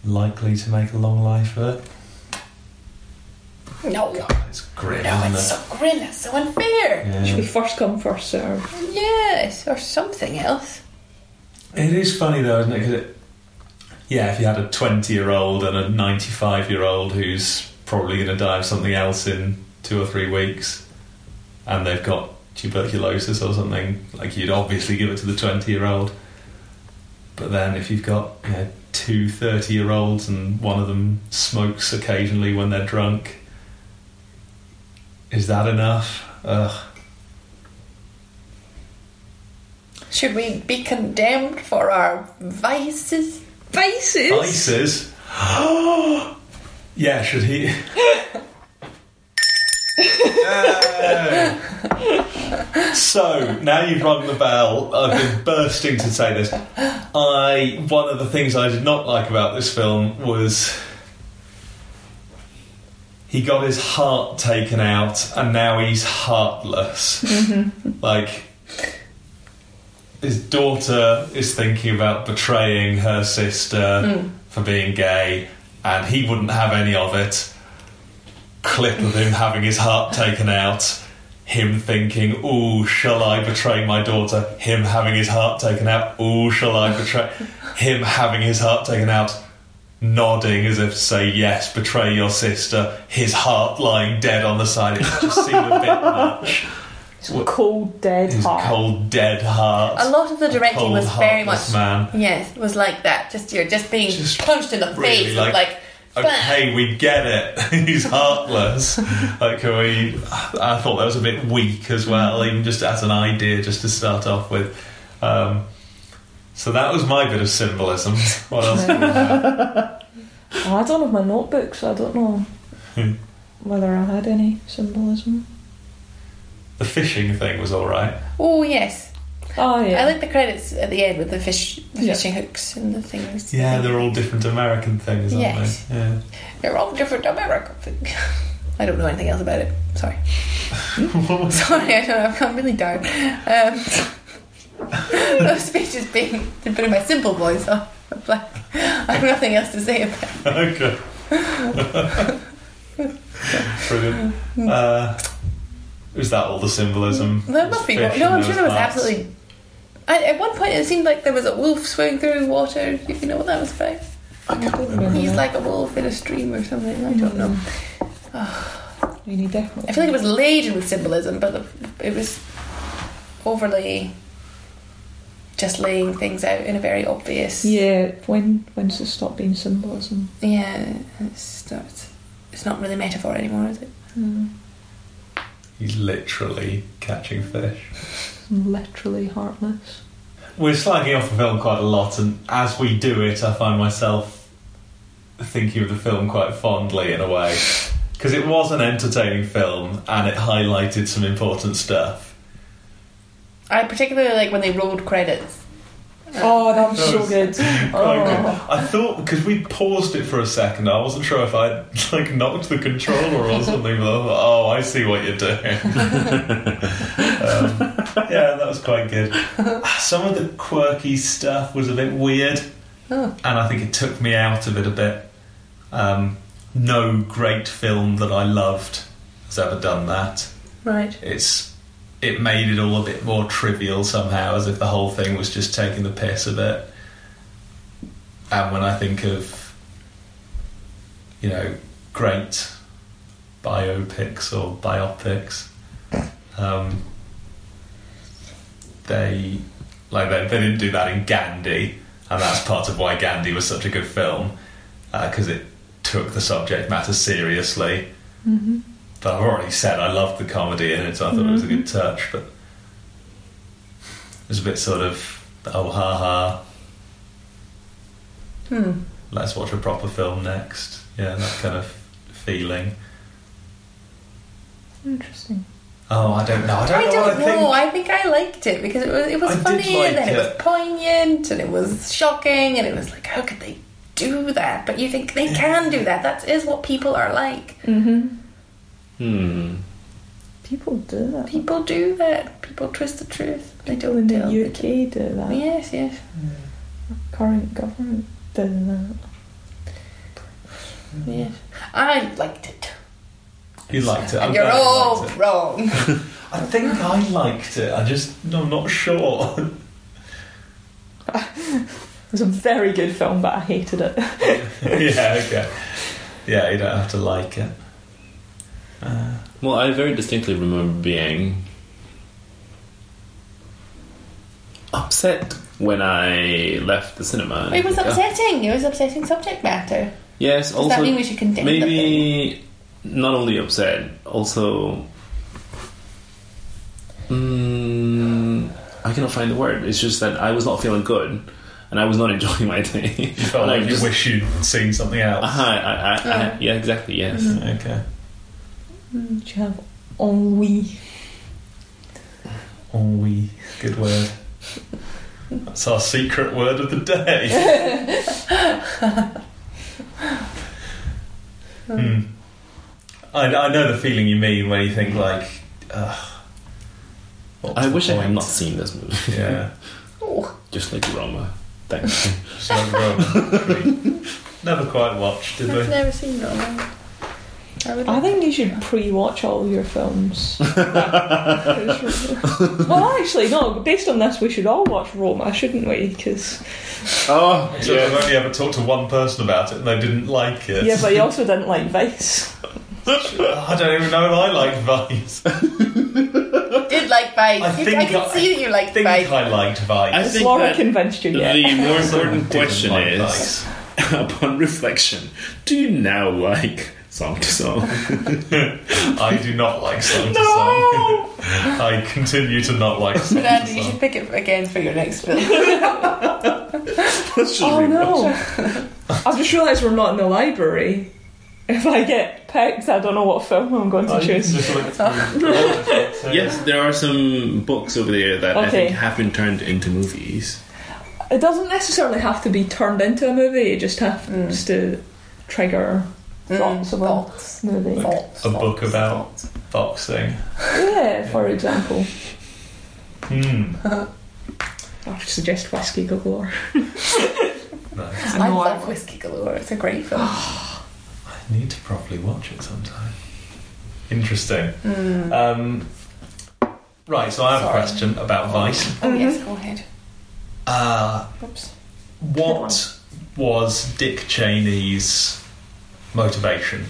Speaker 1: likely to make a long life of it.
Speaker 3: No.
Speaker 1: God, it's grim,
Speaker 3: No,
Speaker 1: isn't
Speaker 3: it's
Speaker 1: it?
Speaker 3: so grim. It's so unfair.
Speaker 2: It Should be
Speaker 1: Yeah.
Speaker 2: first come first serve.
Speaker 3: Yes, or something else.
Speaker 1: It is funny though, isn't it? 'Cause it, yeah, if you had a 20 year old and a 95 year old who's probably going to die of something else in two or three weeks and they've got tuberculosis or something, like you'd obviously give it to the 20 year old. But then if you've got you know, two 30 year olds and one of them smokes occasionally when they're drunk, is that enough? Ugh.
Speaker 3: Should we be condemned for our vices?
Speaker 2: Vices.
Speaker 1: ISIS? yeah, should he? Yeah. so now you've rung the bell. I've been bursting to say this. I one of the things I did not like about this film was he got his heart taken out, and now he's heartless. Like his daughter is thinking about betraying her sister for being gay, and he wouldn't have any of it. Clip of him having his heart taken out, him thinking, "Oh, shall I betray my daughter?" Him having his heart taken out, "Oh, shall I betray?" him having his heart taken out, nodding as if to say, "Yes, betray your sister." His heart lying dead on the side. It just seemed a bit much.
Speaker 2: It's a cold dead
Speaker 1: His
Speaker 2: heart.
Speaker 1: cold, dead heart.
Speaker 3: A lot of the directing
Speaker 1: Cold,
Speaker 3: was very much.
Speaker 1: heartless man.
Speaker 3: Yes, was like that. Just you're just being
Speaker 1: Just
Speaker 3: punched in the
Speaker 1: really
Speaker 3: face.
Speaker 1: like-
Speaker 3: Like, like
Speaker 1: Okay, we get it. He's heartless. like we, I thought that was a bit weak as well, even just as an idea, just to start off with. Um, so that was my bit of symbolism. What else? did we have?
Speaker 2: Oh, I don't have my notebook, so I don't know
Speaker 1: Hmm.
Speaker 2: whether I had any symbolism.
Speaker 1: the fishing thing was all right.
Speaker 3: Oh yes,
Speaker 2: Oh yeah.
Speaker 3: I like the credits at the end with the fish, the
Speaker 2: Yeah.
Speaker 3: fishing hooks and the things.
Speaker 1: Yeah, they're all different American things, aren't
Speaker 3: Yes.
Speaker 1: they? Yeah.
Speaker 3: they're all different American. thing. I don't know anything else about it. Sorry, sorry, I don't. know, I'm really tired. Um, no speech is being putting my simple voice on. I'm like, I have nothing else to say about. It.
Speaker 1: okay. Brilliant. Uh, was that all the symbolism?
Speaker 3: Mm, There must be.
Speaker 1: Fish
Speaker 3: No, I'm
Speaker 1: and
Speaker 3: sure there was
Speaker 1: hearts.
Speaker 3: absolutely. I, at one point, it seemed like there was a wolf swimming through water. If you know what that was about.
Speaker 2: I don't remember.
Speaker 3: He's
Speaker 1: Mm-hmm.
Speaker 3: like a wolf in a stream or something. I don't know.
Speaker 2: We need definitely.
Speaker 3: I feel like it was laden with symbolism, but the- it was overly just laying things out in a very obvious.
Speaker 2: Yeah. When when does it stop being symbolism?
Speaker 3: Yeah. It's not, it's not really metaphor anymore, is it?
Speaker 2: Hmm.
Speaker 1: He's literally catching fish.
Speaker 2: I'm literally heartless.
Speaker 1: We're slagging off the film quite a lot, and as we do it, I find myself thinking of the film quite fondly in a way. Because it was an entertaining film and it highlighted some important stuff.
Speaker 3: I particularly like when they rolled credits.
Speaker 2: Oh, that was
Speaker 1: That
Speaker 2: so
Speaker 1: was-
Speaker 2: good.
Speaker 1: Quite good.
Speaker 2: Oh.
Speaker 1: I thought because we paused it for a second, I wasn't sure if I'd like knocked the controller or something. But I thought, oh, I see what you're doing. um, yeah, that was quite good. Some of the quirky stuff was a bit weird,
Speaker 3: Oh.
Speaker 1: and I think it took me out of it a bit. Um, no great film that I loved has ever done that.
Speaker 3: Right.
Speaker 1: It's it made it all a bit more trivial somehow, as if the whole thing was just taking the piss a bit. And when I think of, you know, great biopics or biopics, um, they like they, they didn't do that in Gandhi, and that's part of why Gandhi was such a good film because it took the subject matter seriously.
Speaker 2: Mhm.
Speaker 1: But I've already said I loved the comedy in it, so I thought it was a good
Speaker 3: Mm-hmm.
Speaker 1: touch. But it was a bit sort of oh ha ha
Speaker 3: Hmm.
Speaker 1: let's watch a proper film next. Yeah, that kind of feeling.
Speaker 2: Interesting.
Speaker 1: Oh, I don't know. I don't
Speaker 3: I
Speaker 1: know
Speaker 3: don't
Speaker 1: what I
Speaker 3: know.
Speaker 1: think.
Speaker 3: I think I liked it because it was it was
Speaker 1: I did
Speaker 3: funny and
Speaker 1: like
Speaker 3: then it was
Speaker 1: it.
Speaker 3: poignant and it was shocking and it was like how could they do that? But you think they can do that. That is what people are like.
Speaker 2: Mm-hmm.
Speaker 4: Hmm.
Speaker 2: People do that.
Speaker 3: People do that. People twist the truth. They
Speaker 2: People
Speaker 3: don't
Speaker 2: in
Speaker 3: tell.
Speaker 2: the UK do that.
Speaker 3: Yes, yes.
Speaker 2: Current government do that.
Speaker 3: Yes. I liked it.
Speaker 1: You liked it. I'm
Speaker 3: and you're
Speaker 1: glad you
Speaker 3: all
Speaker 1: liked it.
Speaker 3: wrong.
Speaker 1: I think I liked it. I just, no, I'm not sure.
Speaker 2: It was a very good film, but I hated it.
Speaker 1: yeah, okay. Yeah, you don't have to like it. Uh,
Speaker 4: Well, I very distinctly remember being upset when I left the cinema.
Speaker 3: it was upsetting. It was upsetting subject matter.
Speaker 4: Yes,
Speaker 3: Does
Speaker 4: also
Speaker 3: that mean we should condemn the film?
Speaker 4: maybe not only upset, also. Mm, I cannot find the word. It's just that I was not feeling good, and I was not enjoying my day.
Speaker 1: you felt
Speaker 4: And I
Speaker 1: like you
Speaker 4: just-
Speaker 1: wish you'd seen something else.
Speaker 4: Uh-huh, I, I, I,
Speaker 3: Yeah.
Speaker 4: yeah. Mm-hmm. exactly. Yes.
Speaker 1: Okay.
Speaker 2: Do you have ennui?
Speaker 1: Ennui. Good word. That's our secret word of the day. Hmm. I, I know the feeling you mean when you think like, ugh. what's
Speaker 4: I
Speaker 1: the
Speaker 4: wish I had
Speaker 1: point?
Speaker 4: not seen this movie.
Speaker 1: Yeah.
Speaker 3: Oh,
Speaker 4: Just like Roma. Thanks.
Speaker 1: Just like Roma. Never quite watched, did
Speaker 3: I've
Speaker 1: we?
Speaker 3: never seen Roma. I, would
Speaker 2: I
Speaker 3: like
Speaker 2: think you should pre-watch all your films. well, actually, no. Based on this, we should all watch Roma, shouldn't we? Because
Speaker 4: oh,
Speaker 1: So I've only ever talked to one person about it and they didn't like it.
Speaker 2: yeah, but you also didn't like Vice.
Speaker 1: I don't even know if I like Vice.
Speaker 3: I did like Vice.
Speaker 1: I
Speaker 3: You-
Speaker 1: think
Speaker 3: I can
Speaker 1: I-
Speaker 3: see that you
Speaker 1: I
Speaker 3: liked
Speaker 1: think
Speaker 3: Vice.
Speaker 1: I liked Vice.
Speaker 4: I
Speaker 2: Has
Speaker 4: think
Speaker 2: Laura
Speaker 4: that
Speaker 2: convinced you yet?
Speaker 4: The
Speaker 1: Someone
Speaker 4: more
Speaker 1: didn't
Speaker 4: important question
Speaker 1: like
Speaker 4: is,
Speaker 1: Vice.
Speaker 4: upon reflection, do you now like song to song?
Speaker 1: I do not like song to song. I continue to not like song to
Speaker 3: Andy, you should
Speaker 1: song.
Speaker 3: pick it again for your next film.
Speaker 4: Let's just
Speaker 2: Oh
Speaker 4: rewatch
Speaker 2: no! I've just realised we're not in the library. If I get picked, I don't know what film I'm going
Speaker 4: Oh,
Speaker 2: to
Speaker 1: I
Speaker 2: choose.
Speaker 1: just look through-
Speaker 4: Yes, there are some books over there that I
Speaker 2: Okay.
Speaker 4: think have been turned into movies.
Speaker 2: It doesn't necessarily have to be turned into a movie. It just has
Speaker 3: Mm.
Speaker 2: to trigger thoughts of a
Speaker 3: Thoughts.
Speaker 2: movie.
Speaker 3: Thoughts.
Speaker 1: A book
Speaker 3: Thoughts.
Speaker 1: about-
Speaker 3: Thoughts.
Speaker 1: Boxing.
Speaker 2: Yeah, for example,
Speaker 1: Hmm.
Speaker 2: I suggest Whiskey Galore.
Speaker 1: No.
Speaker 3: I love Whiskey Galore. It's a great film.
Speaker 1: I need to probably watch it sometime. Interesting.
Speaker 3: Mm.
Speaker 1: Um, right, so I have
Speaker 3: Sorry.
Speaker 1: a question about Vice.
Speaker 3: Oh yes, go ahead.
Speaker 1: Uh,
Speaker 3: Oops.
Speaker 1: what was Dick Cheney's motivation?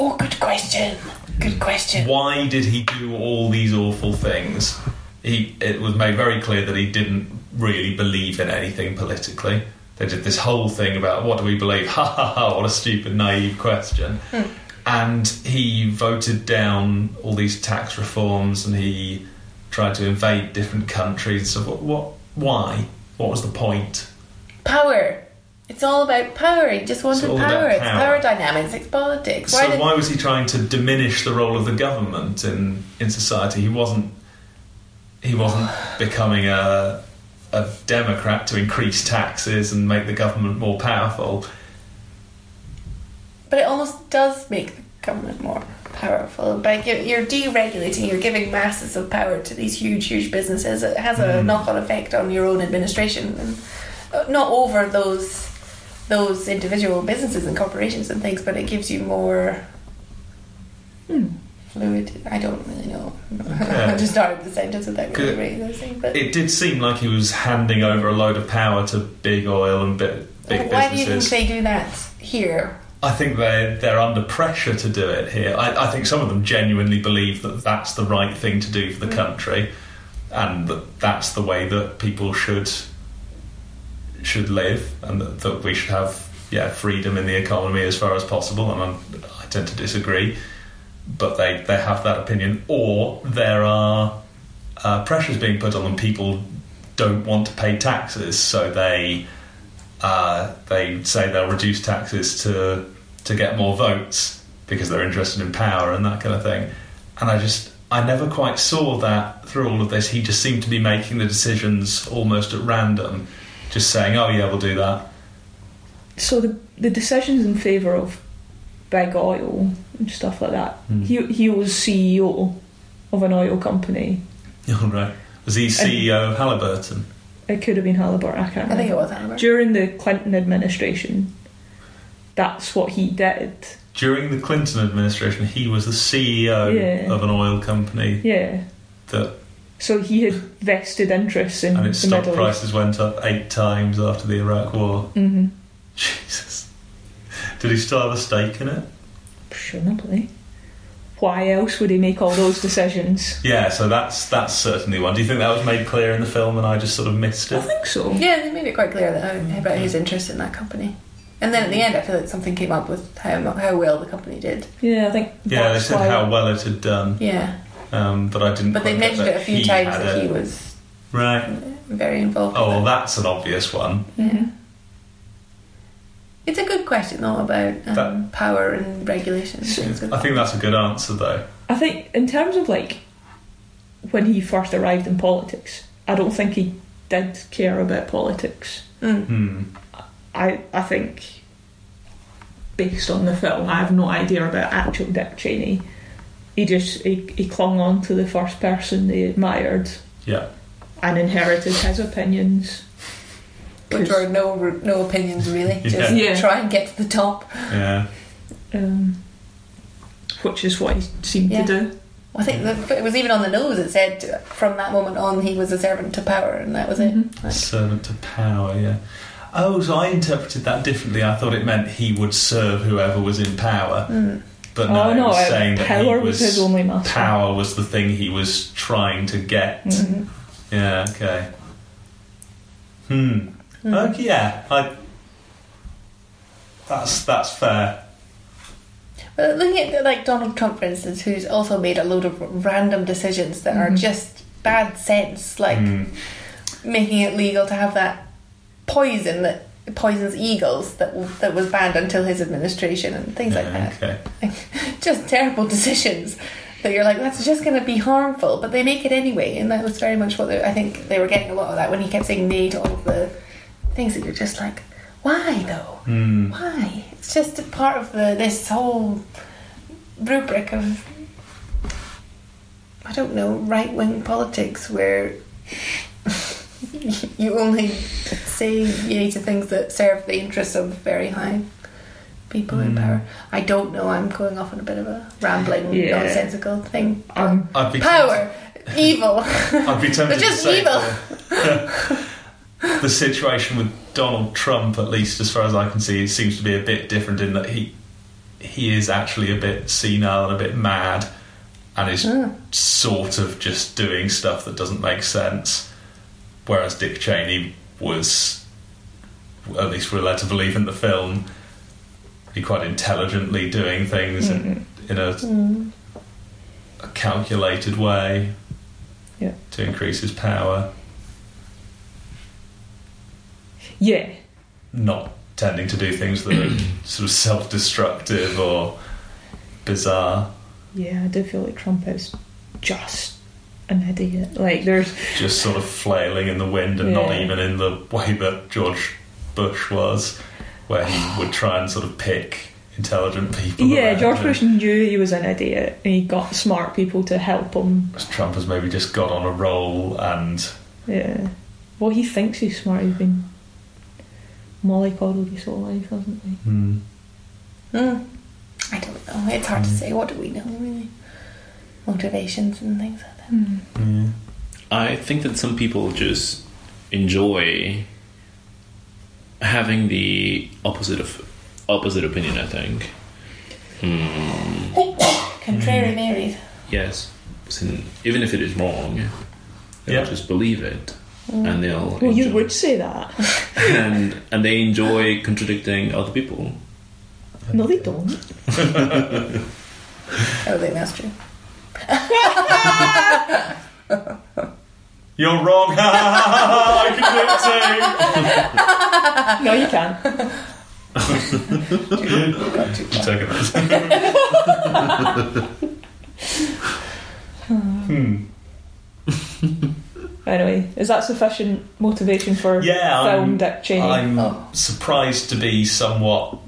Speaker 3: Oh, good question. Good question.
Speaker 1: Why did he do all these awful things? He, it was made very clear that he didn't really believe in anything politically. They did this whole thing about what do we believe? Ha ha ha, what a stupid, naive question. And he voted down all these tax reforms and he tried to invade different countries. So, what, what why? What was the point?
Speaker 3: Power. It's all about power. He just wanted
Speaker 1: all
Speaker 3: power.
Speaker 1: about
Speaker 3: It's
Speaker 1: power.
Speaker 3: power dynamics. It's politics. Why
Speaker 1: so
Speaker 3: did
Speaker 1: why was he trying to diminish the role of the government in in society? He wasn't he wasn't becoming a a Democrat to increase taxes and make the government more powerful.
Speaker 3: But it almost does make the government more powerful by gi- you're deregulating, you're giving masses of power to these huge, huge businesses. It has a
Speaker 1: Mm.
Speaker 3: knock-on effect on your own administration, and uh, not over those those individual businesses and corporations and things, but it gives you more
Speaker 2: Hmm.
Speaker 3: fluid. I don't really know.
Speaker 1: Okay.
Speaker 3: I just started the sentence without really
Speaker 1: Good.
Speaker 3: realizing, but.
Speaker 1: It did seem like he was handing over a load of power to big oil and big, big
Speaker 3: Why do you think
Speaker 1: businesses.
Speaker 3: they do that here?
Speaker 1: I think they they're under pressure to do it here. I, I think some of them genuinely believe that that's the right thing to do for the
Speaker 3: Mm.
Speaker 1: country, and that that's the way that people should should live, and that, that we should have yeah freedom in the economy as far as possible. And I'm, I tend to disagree, but they they have that opinion, or there are uh, pressures being put on them. People don't want to pay taxes, so they uh, they say they'll reduce taxes to to get more votes because they're interested in power and that kind of thing. And I just I never quite saw that through all of this. He just seemed to be making the decisions almost at random, just saying, "Oh yeah, we'll do that."
Speaker 2: So the the decisions in favour of big oil and stuff like that.
Speaker 1: Mm.
Speaker 2: He he was CEO of an oil company.
Speaker 1: All right. Was he CEO of Halliburton?
Speaker 2: It could have been Halliburton. I can't.
Speaker 3: I think
Speaker 2: remember.
Speaker 3: it was Amber.
Speaker 2: during the Clinton administration. That's what he did.
Speaker 1: During the Clinton administration, he was the CEO
Speaker 2: Yeah.
Speaker 1: of an oil company
Speaker 2: Yeah.
Speaker 1: that,
Speaker 2: So he had vested interests in
Speaker 1: and its
Speaker 2: the
Speaker 1: stock
Speaker 2: Middle
Speaker 1: prices went up eight times after the Iraq War.
Speaker 2: hmm
Speaker 1: Jesus. Did he still have a stake in it?
Speaker 2: Presumably. Why else would he make all those decisions?
Speaker 1: Yeah, so that's that's certainly one. Do you think that was made clear in the film and I just sort of missed
Speaker 2: I
Speaker 1: it?
Speaker 2: think so.
Speaker 3: Yeah, they made it quite clear that, um, about his interest in that company. And then at the end, I feel like something came up with how mu- how well the company did.
Speaker 2: Yeah, I think.
Speaker 1: Yeah, they
Speaker 2: that's
Speaker 1: said
Speaker 2: why-
Speaker 1: how well it had done,
Speaker 3: Yeah,
Speaker 1: um, but I didn't.
Speaker 3: but they
Speaker 1: quite get
Speaker 3: mentioned it
Speaker 1: that
Speaker 3: a few
Speaker 1: he
Speaker 3: times
Speaker 1: had
Speaker 3: that
Speaker 1: it.
Speaker 3: he was
Speaker 1: Right.
Speaker 3: very involved.
Speaker 1: Oh, well,
Speaker 3: in
Speaker 1: that's an obvious one.
Speaker 3: that. yeah. It's a good question though about um,
Speaker 1: That-
Speaker 3: power and regulation. and things like
Speaker 1: I think
Speaker 3: that.
Speaker 1: that's a good answer, though.
Speaker 2: I think in terms of like when he first arrived in politics, I don't think he did care about politics.
Speaker 3: Mm.
Speaker 1: Hmm.
Speaker 2: I I think based on the film, I have no idea about actual Dick Cheney. He just he, he clung on to the first person they admired
Speaker 1: Yeah.
Speaker 2: and inherited his opinions.
Speaker 3: Which were no re- no opinions really. Just
Speaker 2: Yeah. Yeah.
Speaker 3: try and get to the top.
Speaker 1: Yeah.
Speaker 2: um, which is what he seemed to
Speaker 3: Yeah.
Speaker 2: do.
Speaker 3: I think the, it was even on the nose. It said from that moment on he was a servant to power, and that was
Speaker 1: Mm-hmm.
Speaker 3: it. Like,
Speaker 1: Servant to power. Yeah. Oh, so I interpreted that differently. I thought it meant he would serve whoever was in power,
Speaker 3: mm.
Speaker 1: but no,
Speaker 2: oh no,
Speaker 1: it was saying that he
Speaker 2: power was, his only master.
Speaker 1: power was the thing he was trying to get.
Speaker 3: Hmm.
Speaker 2: Mhm.
Speaker 1: Yeah, okay. Hmm.
Speaker 3: Mm.
Speaker 1: Okay, yeah. I, that's that's fair.
Speaker 3: But looking at like Donald Trump, for instance, who's also made a load of random decisions that are
Speaker 2: Mhm.
Speaker 3: just bad sense, like
Speaker 1: Hmm.
Speaker 3: making it legal to have that poison that poisons eagles that w- that was banned until his administration and things like
Speaker 1: Yeah,
Speaker 3: that.
Speaker 1: Okay.
Speaker 3: Just terrible decisions that you're like that's just going to be harmful, but they make it anyway, and that was very much what they, I think they were getting a lot of that when he kept saying nay to all of the things that you're just like, why though?
Speaker 1: Hmm.
Speaker 3: Why? It's just a part of the this whole rubric of I don't know right wing politics where you only say yay to things that serve the interests of very high people in
Speaker 1: Mm.
Speaker 3: power. I don't know. I'm going off on a bit of a rambling,
Speaker 2: Yeah.
Speaker 3: nonsensical thing.
Speaker 2: Um,
Speaker 1: I'd be
Speaker 3: power, evil.
Speaker 1: I'd be tempted
Speaker 3: They're just
Speaker 1: to say
Speaker 3: evil.
Speaker 1: the- the situation with Donald Trump, at least as far as I can see, seems to be a bit different in that he he is actually a bit senile and a bit mad, and is
Speaker 3: Mm.
Speaker 1: sort of just doing stuff that doesn't make sense. Whereas Dick Cheney was, at least we're led to believe in the film, he quite intelligently doing things
Speaker 3: Hmm.
Speaker 1: in, in a,
Speaker 3: Mm.
Speaker 1: a calculated way
Speaker 2: Yeah.
Speaker 1: to increase his power,
Speaker 2: yeah,
Speaker 1: not tending to do things that are sort of self destructive or bizarre.
Speaker 2: yeah, I do feel like Trump is just an idiot. Like there's
Speaker 1: just sort of flailing in the wind and not
Speaker 2: Yeah.
Speaker 1: even in the way that George Bush was, where he would try and sort of pick intelligent people.
Speaker 2: yeah,
Speaker 1: around
Speaker 2: George
Speaker 1: him.
Speaker 2: Bush knew he was an idiot, and he got smart people to help him.
Speaker 1: Trump has maybe just got on a roll and
Speaker 2: Yeah, well, he thinks he's smart. He's been mollycoddled his whole life, hasn't he?
Speaker 1: hmm,
Speaker 3: Mm. I don't know. It's hard to say. What do we know, really? Motivations and things like that.
Speaker 1: yeah.
Speaker 4: I think that some people just enjoy having the opposite of opposite opinion. I think Hmm.
Speaker 1: Hmm.
Speaker 3: Contrary married.
Speaker 4: yes, Sin- even if it is wrong, they'll
Speaker 1: Yeah.
Speaker 4: just believe it, and they'll
Speaker 2: Well, you
Speaker 4: enjoy-
Speaker 2: would say that.
Speaker 4: and and they enjoy contradicting other people.
Speaker 2: No, they don't.
Speaker 3: Oh, they that's true.
Speaker 1: You're wrong. I can
Speaker 2: No, you can't.
Speaker 3: Got too far.
Speaker 1: do it too. Take it. hmm.
Speaker 2: Anyway, is that sufficient motivation for
Speaker 1: Yeah,
Speaker 2: film
Speaker 1: I'm-
Speaker 2: Dick Cheney?
Speaker 1: I'm
Speaker 3: Oh.
Speaker 1: surprised to be somewhat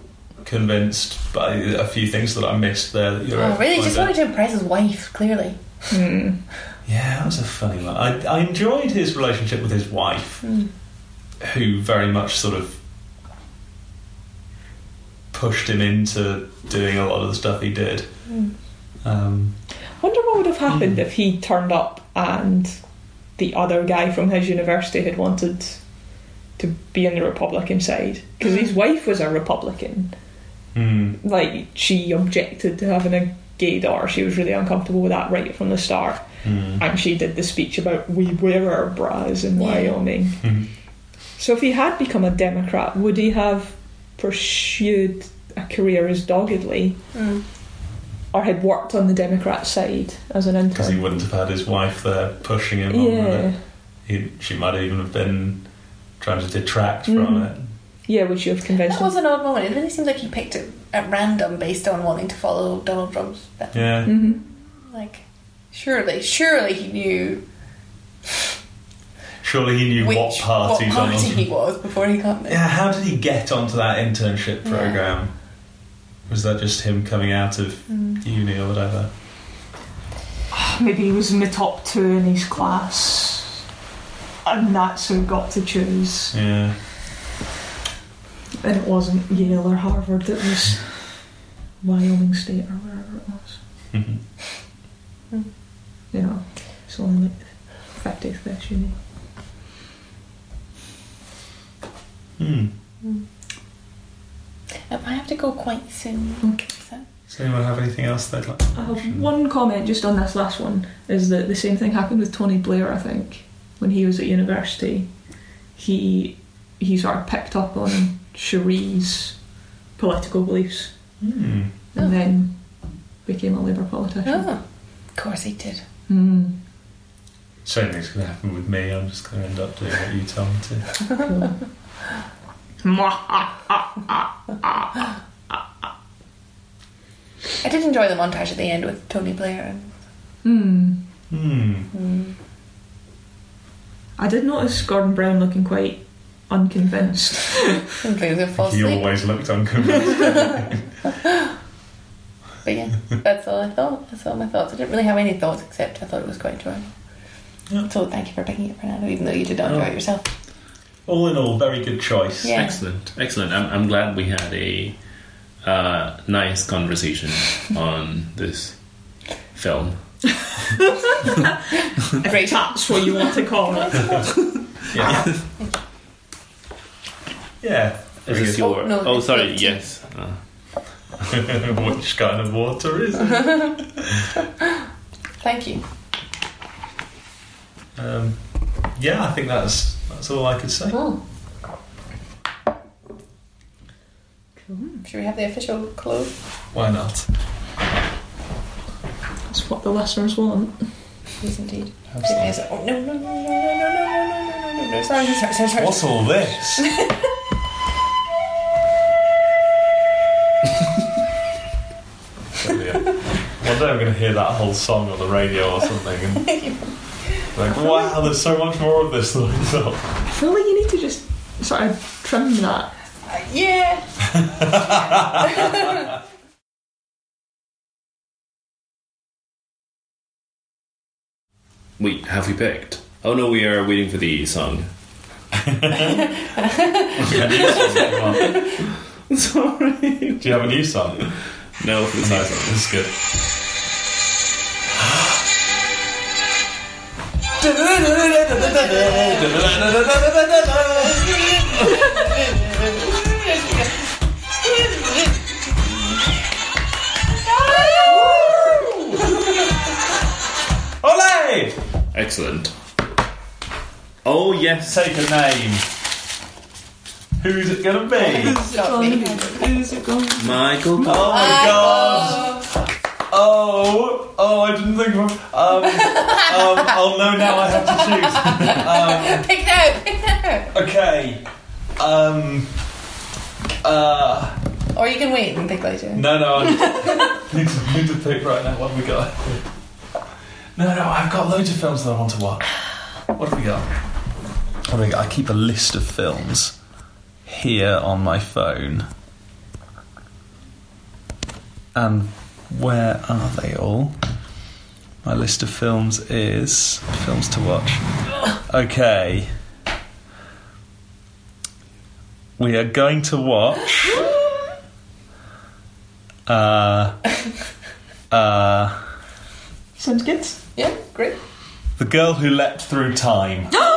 Speaker 1: convinced by a few things that I missed there. That you're
Speaker 3: Oh, really? He Just
Speaker 1: finding.
Speaker 3: wanted to impress his wife, clearly.
Speaker 2: Hmm.
Speaker 1: Yeah, that was a funny one. I, I enjoyed his relationship with his wife,
Speaker 3: Mm.
Speaker 1: who very much sort of pushed him into doing a lot of the stuff he did.
Speaker 3: Mm.
Speaker 1: Um,
Speaker 2: Wonder what would have happened if he turned up and the other guy from his university had wanted to be on the Republican side because his wife was a Republican.
Speaker 1: hmm.
Speaker 2: Like she objected to having a gay daughter. She was really uncomfortable with that right from the start,
Speaker 1: Hmm.
Speaker 2: and she did the speech about we wear our bras in
Speaker 3: Yeah.
Speaker 2: Wyoming.
Speaker 1: Mhm.
Speaker 2: So if he had become a Democrat, would he have pursued a career as doggedly?
Speaker 3: Mm.
Speaker 2: Or had worked on the Democrat side as an
Speaker 1: Because
Speaker 2: intern.
Speaker 1: he wouldn't have had his wife there pushing him on with
Speaker 2: Yeah.
Speaker 1: it. He, she might even have been trying to detract from
Speaker 3: Mm.
Speaker 2: Mhm.
Speaker 1: it.
Speaker 2: Yeah, would you have convinced
Speaker 3: That
Speaker 2: him?
Speaker 3: was an odd moment. It really seemed like he picked it at random based on wanting to follow Donald Trump's.
Speaker 1: Yeah.
Speaker 2: hmm
Speaker 3: Like, surely, surely he knew
Speaker 1: Surely he knew
Speaker 3: which
Speaker 1: what party
Speaker 3: what
Speaker 1: Donald.
Speaker 3: party he was before he got there.
Speaker 1: Yeah, how did he get onto that internship
Speaker 3: Yeah.
Speaker 1: program? Was that just him coming out of
Speaker 3: Hmm.
Speaker 1: uni or whatever?
Speaker 2: Maybe he was in the top two in his class, and that's who got to choose.
Speaker 1: Yeah.
Speaker 2: And it wasn't Yale or Harvard; it was Wyoming State or wherever it was.
Speaker 1: Mhm.
Speaker 2: You know, it's only like fiftieth best uni.
Speaker 1: Hmm.
Speaker 3: Um, I have to go quite soon.
Speaker 2: Okay.
Speaker 3: So.
Speaker 1: Does anyone have anything else they'd like?
Speaker 2: I have one comment just on this last one is that the same thing happened with Tony Blair, I think, when he was at university. He he sort of picked up on Cherie's political beliefs
Speaker 1: Hmm.
Speaker 2: and
Speaker 3: Oh.
Speaker 2: then became a Labour politician.
Speaker 3: Oh, of course he did.
Speaker 2: Hmm.
Speaker 1: Same thing's going to happen with me. I'm just going to end up doing what you tell me to.
Speaker 2: Cool.
Speaker 3: I did enjoy the montage at the end with Tony Blair and
Speaker 2: Hmm.
Speaker 1: Hmm.
Speaker 2: I did notice Gordon Brown looking quite unconvinced.
Speaker 3: something was gonna fall
Speaker 1: He
Speaker 3: asleep.
Speaker 1: always looked unconvinced.
Speaker 3: But yeah, that's all I thought. That's all my thoughts. I didn't really have any thoughts except I thought it was quite enjoyable.
Speaker 1: Yeah.
Speaker 3: So thank you for picking it, Fernando, even though you did not
Speaker 1: Oh.
Speaker 3: enjoy it yourself.
Speaker 1: all in all, very good choice.
Speaker 3: Yeah.
Speaker 4: Excellent, excellent. I'm, I'm glad we had a uh, nice conversation on this film.
Speaker 2: Great, that's what you want to call it.
Speaker 1: Yeah. yeah.
Speaker 4: Is this
Speaker 3: Oh,
Speaker 4: your? Oh,
Speaker 3: no, it's
Speaker 4: sorry.
Speaker 3: empty.
Speaker 4: Yes. Uh,
Speaker 1: Which kind of water is it?
Speaker 3: Thank you.
Speaker 1: Um, yeah, I think that's that's all I could say.
Speaker 3: Oh. Should we have the official close?
Speaker 1: Why not?
Speaker 2: That's what the listeners want.
Speaker 3: Yes, indeed.
Speaker 1: Absolutely.
Speaker 3: Yes. Oh, no, no, no, no, no, no, no, no, no, no, no. Sorry, sorry, sorry, sorry.
Speaker 1: What's all this? Brilliant. One day I'm going to hear that whole song on the radio or something. And Like, wow, there's so much more of this than I thought.
Speaker 2: I feel like you need to just sort of trim that.
Speaker 3: Uh, yeah.
Speaker 4: Wait, have we picked? Oh no, we are waiting for the song.
Speaker 1: Do you have a new song?
Speaker 4: Sorry.
Speaker 1: Do you have a new song?
Speaker 4: No, for the
Speaker 1: No,
Speaker 4: song.
Speaker 1: this is good. Ole!
Speaker 4: Excellent. Oh yes.
Speaker 1: Take a name. Who's it gonna be?
Speaker 4: Michael.
Speaker 1: Oh my god! Oh, oh, I didn't think of. Um, um, oh no, now I have to
Speaker 3: Pick it out. Pick it
Speaker 1: choose. Okay. Um. Uh.
Speaker 3: out. Or you can wait and pick later.
Speaker 1: No, no, I need to, need to pick right now. What have we got? No, no, I've got loads of films that I want to watch. What have we got? What have we got? I keep a list of films here on my phone. And where are they all? My list of films is films to watch. Okay. We are going to watch. Uh, uh,
Speaker 2: Sounds good.
Speaker 3: Yeah, great.
Speaker 1: the girl who leapt through time.